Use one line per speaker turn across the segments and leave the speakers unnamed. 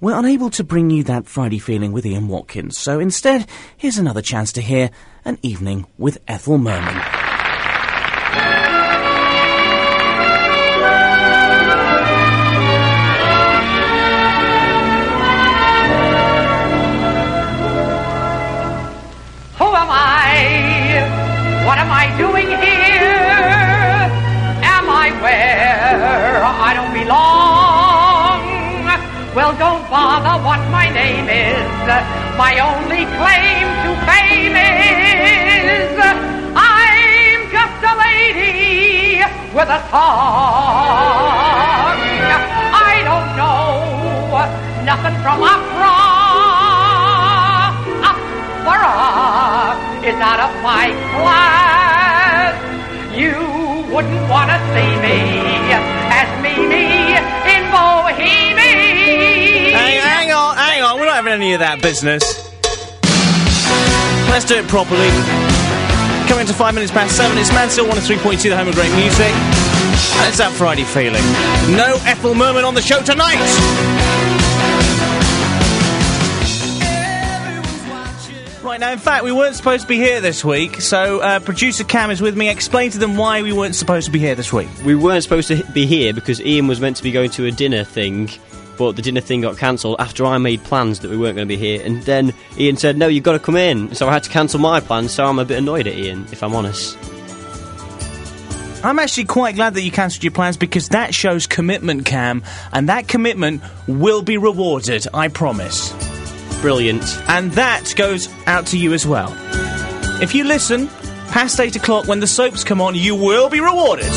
We're unable to bring you that Friday feeling with Ian Watkins, so instead, here's another chance to hear an evening with Ethel Merman.
Who am I? What am I doing here? Am I where I don't belong? Well, don't bother what my name is. My only claim to fame is I'm just a lady with a song. I don't know nothing from opera. Opera opera is out of my class. You wouldn't want to see me as Mimi in Bohemia.
Hang, hang on, hang on. We're not having any of that business. Let's do it properly. Coming to five minutes past seven. It's Mansell 103.2, the home of great music. And it's that Friday feeling. No Ethel Merman on the show tonight. Right now, in fact, we weren't supposed to be here this week, so uh, producer Cam is with me. Explain to them why we weren't supposed to be here this week.
We weren't supposed to be here because Ian was meant to be going to a dinner thing, but the dinner thing got cancelled after I made plans that we weren't going to be here. And then Ian said, No, you've got to come in. So I had to cancel my plans, so I'm a bit annoyed at Ian, if I'm honest.
I'm actually quite glad that you cancelled your plans because that shows commitment, Cam, and that commitment will be rewarded, I promise.
Brilliant.
And that goes out to you as well. If you listen, past 8 o'clock when the soaps come on, you will be rewarded.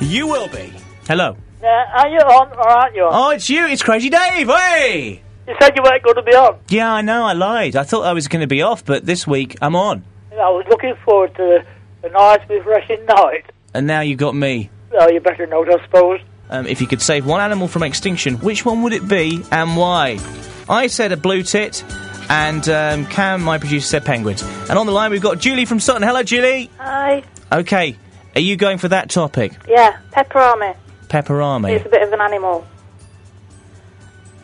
You will be. Hello.
Yeah, Uh, are you on or aren't you on?
Oh, it's you, it's Crazy Dave, hey!
You said you weren't going to be on.
Yeah, I know, I lied. I thought I was going to be off, but this week I'm on.
I was looking forward to a nice, refreshing night.
And now you've got me.
Well, you better know, I suppose.
Um, if you could save one animal from extinction, which one would it be and why? I said a blue tit, and um, Cam, my producer, said penguins. And on the line, we've got Julie from Sutton. Hello, Julie.
Hi.
Okay, are you going for that topic?
Yeah, pepperoni. It's a
Pepperami.
bit of an animal.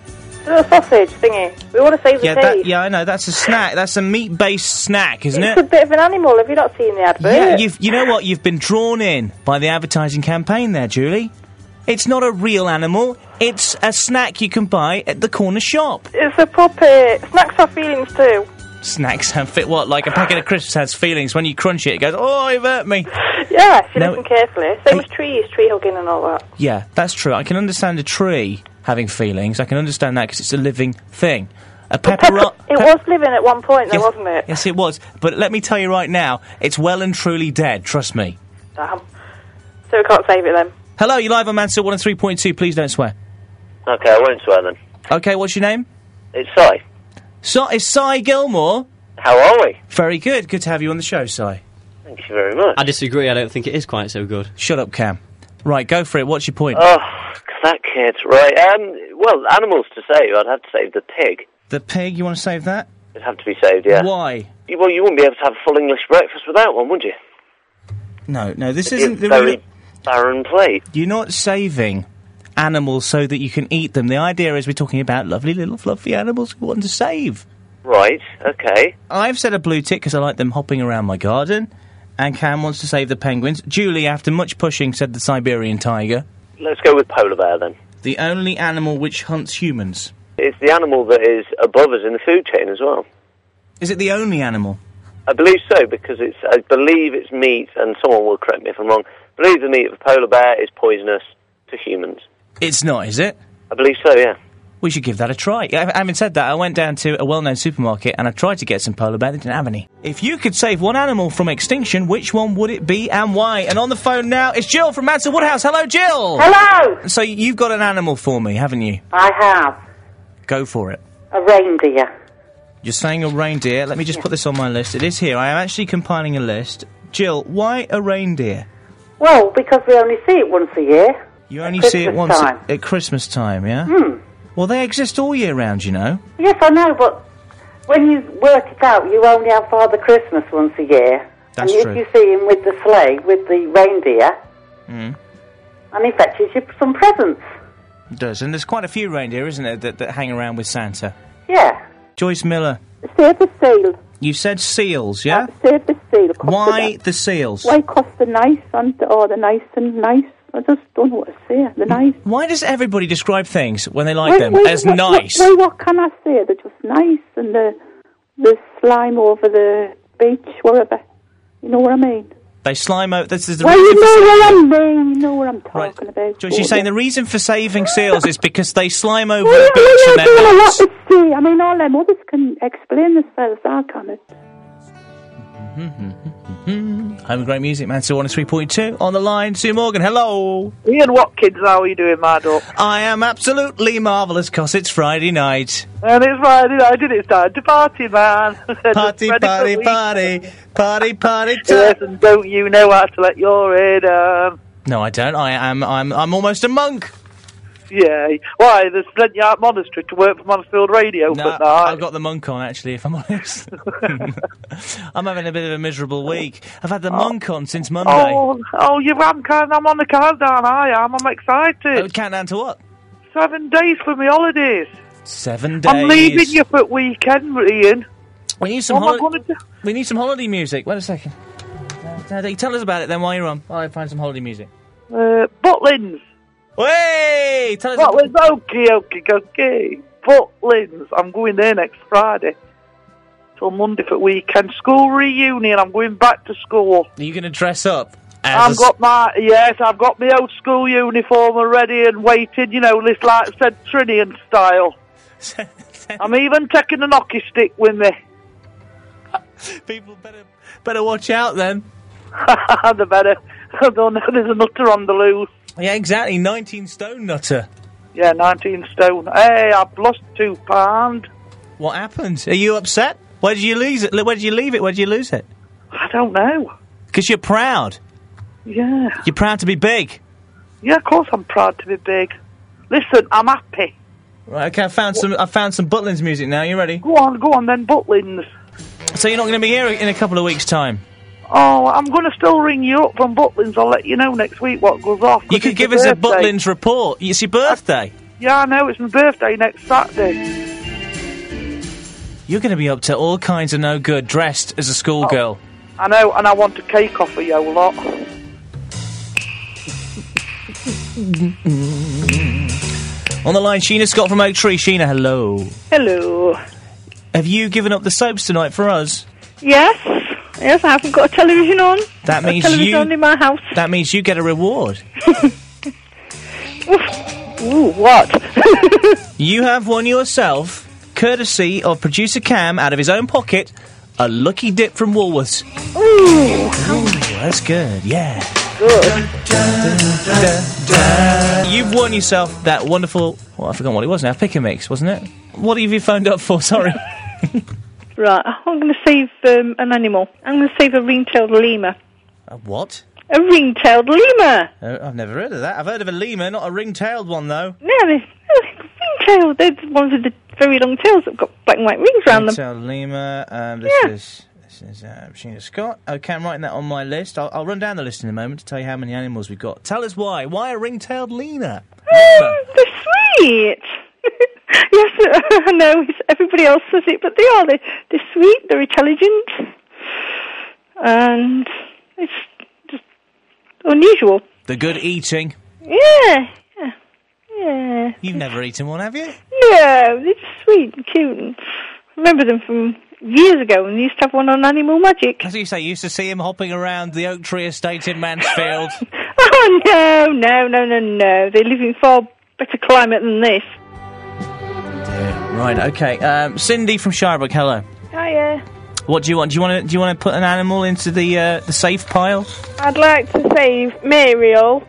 It's a little sausage thingy. We want to save the
Yeah,
tea.
that, yeah, I know. That's a snack. That's a meat-based snack, isn't
It's a
it?
bit of an animal. Have you not seen the advert?
Yeah, you've, you know what? You've been drawn in by the advertising campaign there, Julie. It's not a real animal. It's a snack you can buy at the corner shop.
It's a puppet. Snacks have feelings too.
Snacks have fit what? Like a packet of crisps has feelings. When you crunch it, it goes, oh, it hurt me.
Yeah, if you
No,
listen carefully. Same
Hey-
as trees, tree hugging and all that.
Yeah, that's true. I can understand a tree having feelings. I can understand that because it's a living thing. A pepperoni.
It was living at one point, though,
Yes-
wasn't it?
Yes, it was. But let me tell you right now, it's well and truly dead. Trust me.
Damn. So we can't save it then.
Hello, you live on oh Mansell 103.2. Please don't swear.
Okay, I won't swear then.
Okay, what's your name?
It's Si.
So, it's Cy Gilmore.
How are we?
Very good. Good to have you on the show, Cy.
Thank you very much.
I disagree, I don't think it is quite so good.
Shut up, Cam. Right, go for it. What's your
Uh,
point?
Oh, that kid. Right. Um. Well, animals to save. I'd have to save the pig.
the pig, you want to save that?
It'd have to be saved. Yeah.
Why?
You- Well, you wouldn't be able to have a full English breakfast without one, would you?
No, no, this
It's
isn't the
very
real.
barren plate.
You're not saving animals so that you can eat them. The idea is we're talking about lovely little fluffy animals we want to save.
Right. Okay.
I've said a blue tick because I like them hopping around my garden. And Cam wants to save the penguins. Julie, after much pushing, said the Siberian tiger.
Let's go with polar bear then.
The only animal which hunts humans.
It's the animal that is above us in the food chain as well.
Is it the only animal?
I believe so because it's. I believe it's meat, and someone will correct me if I'm wrong. I believe the meat of a polar bear is poisonous to humans.
It's not, is it?
I believe so. Yeah.
We should give that a try. Yeah, Having said that, I went down to a well known supermarket and I tried to get some polar bear. They didn't have any. If you could save one animal from extinction, which one would it be and why? And on the phone now is Jill from Mansell Woodhouse. Hello, Jill!
Hello,
So you've got an animal for me, haven't you?
I have
Go for it.
a reindeer.
You're saying a reindeer. Let me just put this on my list. It is here. I am actually compiling a list. Jill, why a reindeer?
Well, because we only see it once a year.
You
At
only see it
Christmas
once
time. Hmm.
at, at Christmas time, yeah? Well, they exist all year round, you know.
Yes, I know, but when you work it out, you only have Father Christmas once a year.
That's
and
true.
if you see him with the
Hmm.
sleigh, with the reindeer, and he fetches you some presents.
does, and there's quite a few reindeer, isn't there, that, that hang around with Santa.
Yeah.
Joyce Miller,
Save the seal.
you said seals, yeah?
Save the seal. Cost
Why
of
the seals?
the- Uh, Why cost the nice and oh the nice and nice? I just don't know what to say. The nice.
Why does everybody describe things when they like
Why-
them
why-
as
what,
nice?
Why, what can I say? They're just nice and the the slime over the beach, wherever. You know what I mean?
They slime out. This is the
Well,
reason
you
for
know what I mean. You know what I'm talking
Right.
about.
Joyce, you're
Gordon.
saying the reason for saving seals is because they slime over
Well,
the
you
beach
know,
and
you're doing
they're
a lot
nuts.
to say. I mean, all them others can explain themselves. I can't.
Home of Great Music, Manchester 103.2. On the line, Sue Morgan. Hello.
Ian Watkins, how are you doing, my dog?
I am absolutely marvellous because it's Friday night.
And it's Friday night, and it's time to party, man.
Party, party, party. Party, party,
Yes,
time.
and don't you know how to let your in? Um,
No, I don't. I am. I'm. I'm almost a monk.
yeah. Why? There's plenty out monastery to work for Mansfield Radio,
No,
but no, I-
I've got the monk on actually. If I'm honest, I'm having a bit of a miserable week. I've had the monk on since Monday.
Oh, oh, you am kind. I'm on the countdown. I am. I'm excited.
countdown to what?
Seven days for my holidays.
Seven days.
I'm leaving you for the weekend, Ian.
We need some.
What am I
holi-
gonna do?
we need some holiday music. Wait a second. Uh, Daddy, tell us about it then while you're on. While I find some holiday music.
Uh, Butlins.
Hey, tell us.
Butlins. Okay, okay, okay. Butlins. I'm going there next Friday till Monday for the weekend. School reunion. I'm going back to school.
Are you going to dress up? As a
I've
s-
got my yes, I've got my old school uniform already and waiting, you know, this like Centrinian style. I'm even taking an hockey stick with me.
People better better watch out then.
the better. I don't know, there's a nutter on the loose.
Yeah, exactly. Nineteen stone nutter.
Yeah, 19 stone. Hey, I've lost two pound.
What happened? Are you upset? Where did you lose it? Where did you leave it? Where did you lose it?
I don't know.
Because you're proud.
Yeah.
You're proud to be big.
Yeah, of course I'm proud to be big. Listen, I'm happy.
Right. Okay. I found some. I found some Butlins music now. You ready?
Go on, go on then, Butlins.
So you're not going to be here in a couple of weeks' time.
Oh, I'm going to still ring you up from Butlins. I'll let you know next week what goes off. 'cause
You could
it's
give
your
us a
birthday.
Butlins report. It's your birthday.
Yeah, I know, it's my birthday next Saturday.
You're going to be up to all kinds of no good dressed as a schoolgirl.
I know, and I want a cake off of you lot.
On the line, Sheena Scott from Oak Tree. Sheena, hello.
Hello.
Have you given up the soaps tonight for us?
Yes. Yes, I haven't got a television on.
That
Got a
means
television
you-
on in my house.
That means you get a reward.
Ooh, what?
You have won yourself, courtesy of producer Cam out of his own pocket, a lucky dip from Woolworths.
Ooh,
That's good, yeah.
good.
You've won yourself that wonderful. Well, I've forgotten what it was now. Pick a mix, wasn't it? What have you phoned up for? Sorry.
Right, I'm going to save um, an animal. I'm going to save a ring-tailed lemur.
A what?
A ring-tailed lemur.
Uh, I've never heard of that. I've heard of a lemur, not a ring-tailed one though.
No, they're ring-tailed. They're the ones with the very long tails that've got black and white rings round them.
Ring-tailed lemur. Um, this
Yeah.
is this is uh, Sheena Scott. Okay, I'm writing that on my list. I'll, I'll run down the list in a moment to tell you how many animals we've got. Tell us why. Why a ring-tailed lemur?
Um, they're sweet. yes, I know. It's, everybody else says it, but they are. They, they're sweet. They're intelligent, and it's just unusual.
The good eating.
Yeah, yeah, yeah.
You've never eaten one, have you?
No, they're just sweet and cute. And I remember them from years ago, and they used to have one on Animal Magic.
As you say, you used to see him hopping around the oak tree estate in Mansfield.
Oh no, no, no, no, no! They live in far better climate than this.
right. Okay. Um, Cindy from Shirebrook. Hello.
Hiya.
What do you want? Do you want to do you want to put an animal into the uh, the safe pile?
I'd like to save Muriel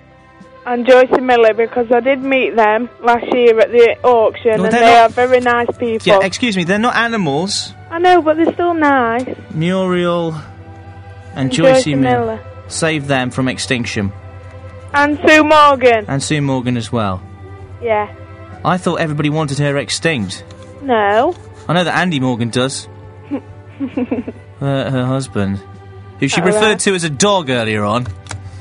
and Joyce and Miller because I did meet them last year at the auction
No,
and
they're
they
not-
are very nice people.
Yeah. Excuse me. They're not animals.
I know, but they're still nice.
Muriel and
And
Joyce
Joyce
Miller.
Miller.
Save them from extinction.
And Sue Morgan.
And Sue Morgan as well.
Yeah.
I thought everybody wanted her extinct.
No.
I know that Andy Morgan does. uh, her husband, who she
Oh,
referred
right.
to as a dog earlier on.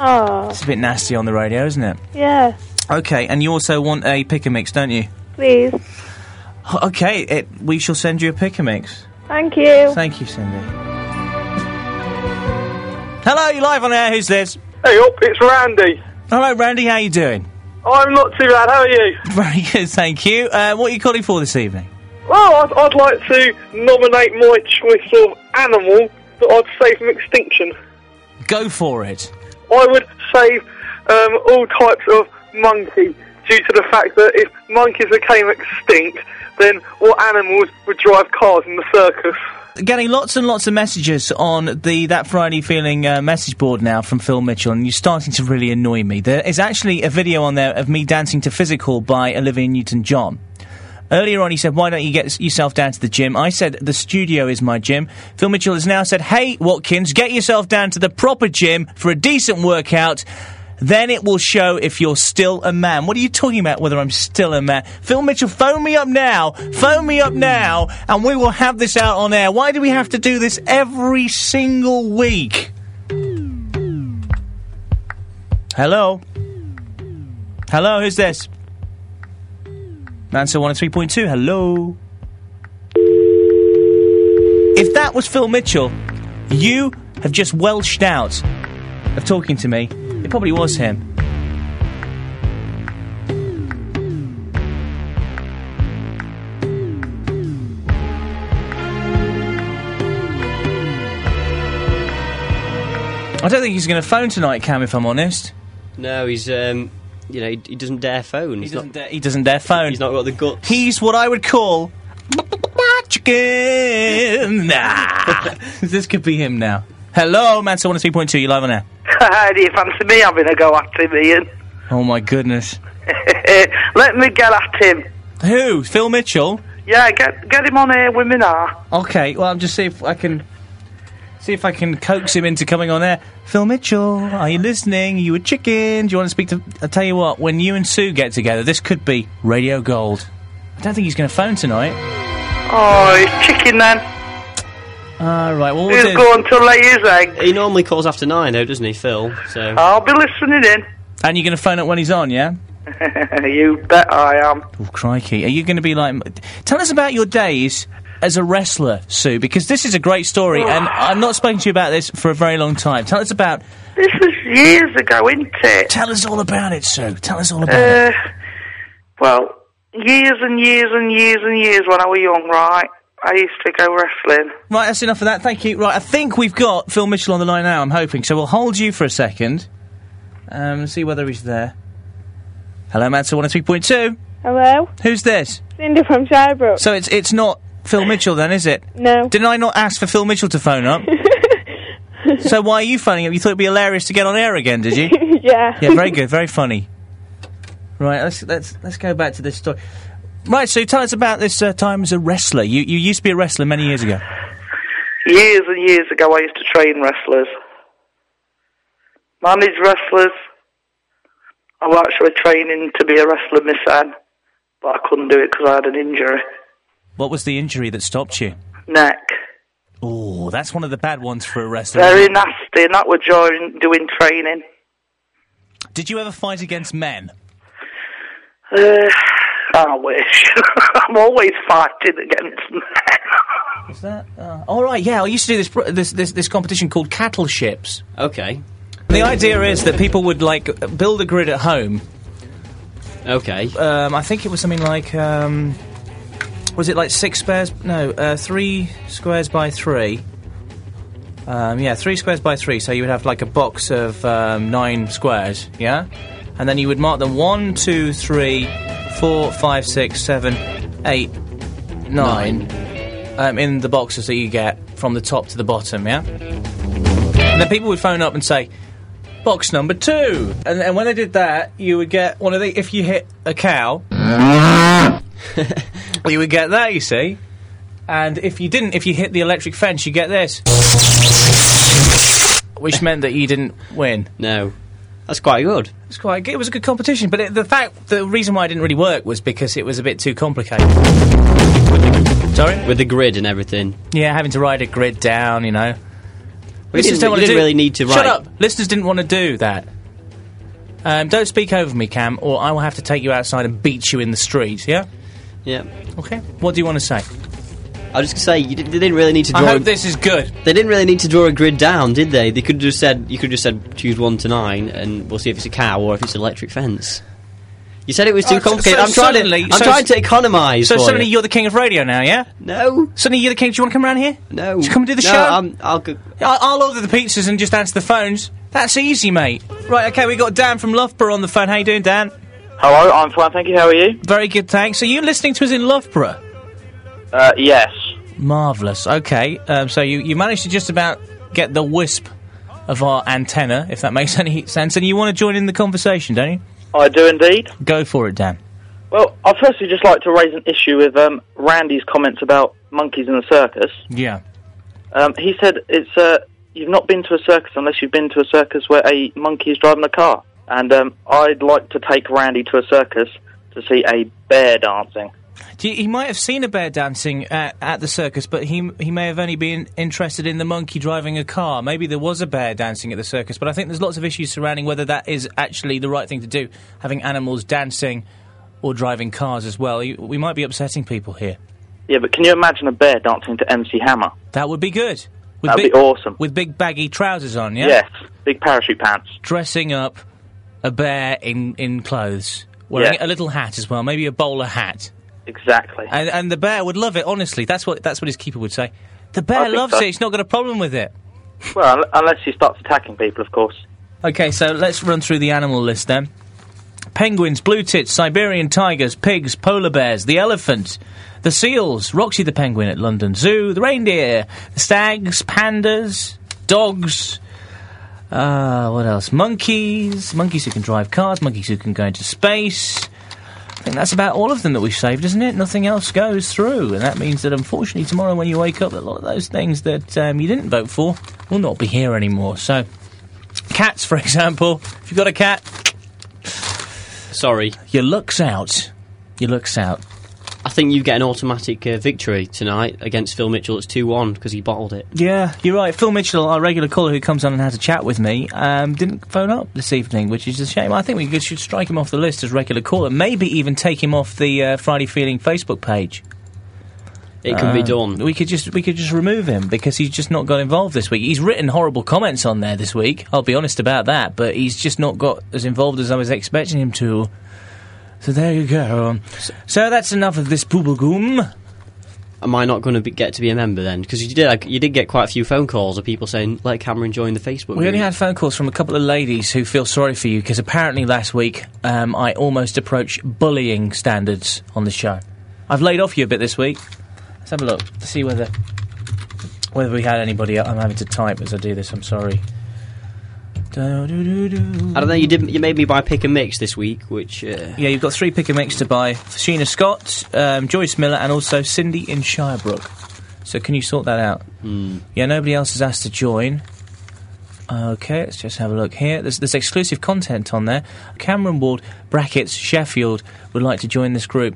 Oh,
It's a bit nasty on the radio, isn't it?
yeah.
Okay, and you also want a pick and mix, don't you?
Please.
Okay, it, we shall send you a pick and mix.
Thank you.
Thank you, Cindy. Hello, you live on air. Who's this?
Hey up, it's Randy.
Hello, Randy. How you doing?
I'm not too bad. How are you?
Very good, thank you. Uh, what are you calling for this evening?
Well, I'd, I'd like to nominate my choice of animal that I'd save from extinction.
Go for it.
I would save um, all types of monkey due to the fact that if monkeys became extinct, then what animals would drive cars in the circus?
Getting lots and lots of messages on the That Friday Feeling uh, message board now from Phil Mitchell, and you're starting to really annoy me. There is actually a video on there of me dancing to Physical by Olivia Newton John. Earlier on, he said, Why don't you get s- yourself down to the gym? I said, The studio is my gym. Phil Mitchell has now said, Hey, Watkins, get yourself down to the proper gym for a decent workout. Then it will show if you're still a man. What are you talking about, whether I'm still a man? Phil Mitchell, phone me up now. Phone me up now, and we will have this out on air. Why do we have to do this every single week? Hello? Hello, who's this? oh Answer 103.2, hello. If that was Phil Mitchell, you have just welched out of talking to me. It probably was him. I don't think he's going to phone tonight, Cam, if I'm honest.
No, he's um, you know, he, he doesn't dare phone. He
doesn't dare. He doesn't dare phone.
He's not got the guts.
He's what I would call chicken. Nah. this could be him now. Hello, oh Mansell 103.2, you live on air.
How do you fancy me having a go at him, Ian?
Oh my goodness.
Let me get at him.
Who? Phil Mitchell?
Yeah, get get him on here with me now.
Okay, well, I'm just see if I can see if I can coax him into coming on air. Phil Mitchell, are you listening? Are you a chicken? Do you want to speak to? I tell you what, when you and Sue get together, this could be Radio Gold. I don't think he's going to phone tonight.
Oh, he's chicken then.
All Ah, right, well,
He'll go on till late his egg.
He normally calls after nine, though, doesn't he, Phil? So
I'll be listening in.
And you're going to phone up when he's on, yeah?
you bet I am.
Oh, crikey. Are you going to be like. Tell us about your days as a wrestler, Sue, because this is a great story, and I'm not speaking to you about this for a very long time. Tell us about.
This was years ago, isn't it?
Tell us all about it, Sue. Tell us all about
Uh,
it.
well, years and years and years and years when I was young, right? I used to go wrestling.
Right, that's enough of that. Thank you. Right, I think we've got Phil Mitchell on the line now, I'm hoping. So we'll hold you for a second. Um, see whether he's there. Hello, Mansell 103.2.
Hello?
Who's this?
Cindy from Shirebrook.
So it's it's not Phil Mitchell then, is it?
No.
Didn't I not ask for Phil Mitchell to phone up? so why are you phoning up? You thought it'd be hilarious to get on air again, did you?
yeah.
yeah, very good, very funny. Right, let's let's let's go back to this story. Right, so tell us about this uh, time as a wrestler. You you used to be a wrestler many years ago.
Years and years ago, I used to train wrestlers, manage wrestlers. I was actually training to be a wrestler, Miss Anne, but I couldn't do it because I had an injury.
What was the injury that stopped you?
Neck.
Oh, that's one of the bad ones for a wrestler.
Very nasty, and that was during doing training.
Did you ever fight against men?
Uh, I wish. I'm always fighting against men.
Is that? Uh, all right, yeah. I used to do this pro- this this, this competition called cattle ships.
Okay.
The idea is that people would like build a grid at home.
Okay.
Um, I think it was something like um, was it like six squares? No, uh, three squares by three. Um, yeah, three squares by three. So you would have like a box of um, nine squares, yeah, and then you would mark them one, two, three, four, five, six, seven, eight, nine, Um, in the boxes that you get from the top to the bottom, yeah. And then people would phone up and say, box number two. And, and when they did that, you would get one of the. If you hit a cow, you would get that, you see. And if you didn't, if you hit the electric fence, you get this. Which meant that you didn't win.
No. That's quite good.
It's quite good. It was a good competition, but it, the fact, the reason why it didn't really work was because it was a bit too complicated. Sorry?
With the grid and everything.
Yeah, having to write a grid down, you know.
We didn't,
don't
you
wanna
didn't
do-
really need to write.
Shut up! Listeners didn't want to do that. Um, don't speak over me, Cam, or I will have to take you outside and beat you in the street. Yeah.
Yeah.
Okay. What do you want to say?
I was just gonna say you did, they didn't really need to
I
draw.
hope this is good.
They didn't really need to draw a grid down, did they? They could have just said you could have just said choose one to nine, and we'll see if it's a cow or if it's an electric fence. You said it was too
Oh, so-
complicated.
so
I'm trying
suddenly-
to. I'm
so-
trying to economise.
So
for
suddenly
you.
are the king of radio now, yeah?
No.
Suddenly you're the king. Do you want to come around here?
No.
Do you come and do the
No,
show?
I'm- I'll,
I'll order the pizzas and just answer the phones. That's easy, mate. Right. Okay. We got Dan from Loughborough on the phone. How you doing, Dan?
Hello, I'm fine, thank you. How are you?
Very good, thanks. Are you listening to us in Loughborough?
Uh, yes.
Marvellous. Okay, um, so you, you managed to just about get the wisp of our antenna, if that makes any sense, and you want to join in the conversation, don't you?
I do indeed.
Go for it, Dan.
Well, I'd firstly just like to raise an issue with um, Randy's comments about monkeys in the circus.
Yeah.
Um, he said it's uh, you've not been to a circus unless you've been to a circus where a monkey is driving a car. And um, I'd like to take Randy to a circus to see a bear dancing.
Do you- He might have seen a bear dancing at, at the circus, but he he may have only been interested in the monkey driving a car. Maybe there was a bear dancing at the circus, but I think there's lots of issues surrounding whether that is actually the right thing to do, having animals dancing or driving cars as well. You- We might be upsetting people here.
Yeah, but can you imagine a bear dancing to MC Hammer?
That would be good. With
That'd
big,
be awesome.
With big baggy trousers on, yeah?
Yes, big parachute pants.
Dressing up a bear in, in clothes. Wearing
Yeah.
a little hat as well, maybe a bowler hat.
Exactly.
And, and the bear would love it, honestly. That's what, that's what his keeper would say. The
I
bear
think
loves
so.
it, he's not got a problem with it.
Well, un- unless he starts attacking people, of course.
Okay, so let's run through the animal list then. Penguins, blue tits, Siberian tigers, pigs, polar bears, the elephant, the seals, Roxy the penguin at London Zoo, the reindeer, the stags, pandas, dogs. Uh, what else? Monkeys, monkeys who can drive cars, monkeys who can go into space. I think that's about all of them that we've saved, isn't it? Nothing else goes through, and that means that unfortunately tomorrow when you wake up, a lot of those things that um, you didn't vote for will not be here anymore. So, cats, for example, if you've got a cat,
Sorry.
Your looks out. Your looks out.
I think you get an automatic uh, victory tonight against Phil Mitchell. It's two one because he bottled it.
Yeah, you're right. Phil Mitchell, our regular caller who comes on and has a chat with me, um, didn't phone up this evening, which is a shame. I think we could- should strike him off the list as regular caller. Maybe even take him off the uh, Friday Feeling Facebook page.
It can be
Um,
done.
We could just we could just remove him because he's just not got involved this week. He's written horrible comments on there this week. I'll be honest about that, but he's just not got as involved as I was expecting him to. So there you go. So that's enough of this booblegoom.
Am I not going to be, get to be a member then? Because you did, like, you did get quite a few phone calls of people saying, "Let Cameron join the Facebook."
We
group."
only had phone calls from a couple of ladies who feel sorry for you because apparently last week um, I almost approached bullying standards on the show. I've laid off you a bit this week. Let's have a look to see whether whether we had anybody. I'm having to type as I do this. I'm sorry.
I don't know. You did. You made me buy pick and mix this week, which uh,
Yeah, you've got three pick and mix to buy for Sheena Scott, um, Joyce Miller, and also Cindy in Shirebrook. So can you sort that out? Yeah, nobody else has asked to join. Okay, let's just have a look here. There's, there's exclusive content on there. Cameron Ward, brackets, Sheffield, would like to join this group.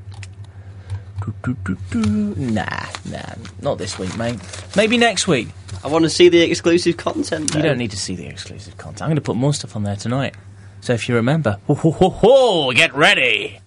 Nah, nah, not this week, mate. Maybe next week.
I want to see the exclusive content.
You
though.
don't need to see the exclusive content. I'm going to put more stuff on there tonight. So if you remember, ho ho ho ho, get ready.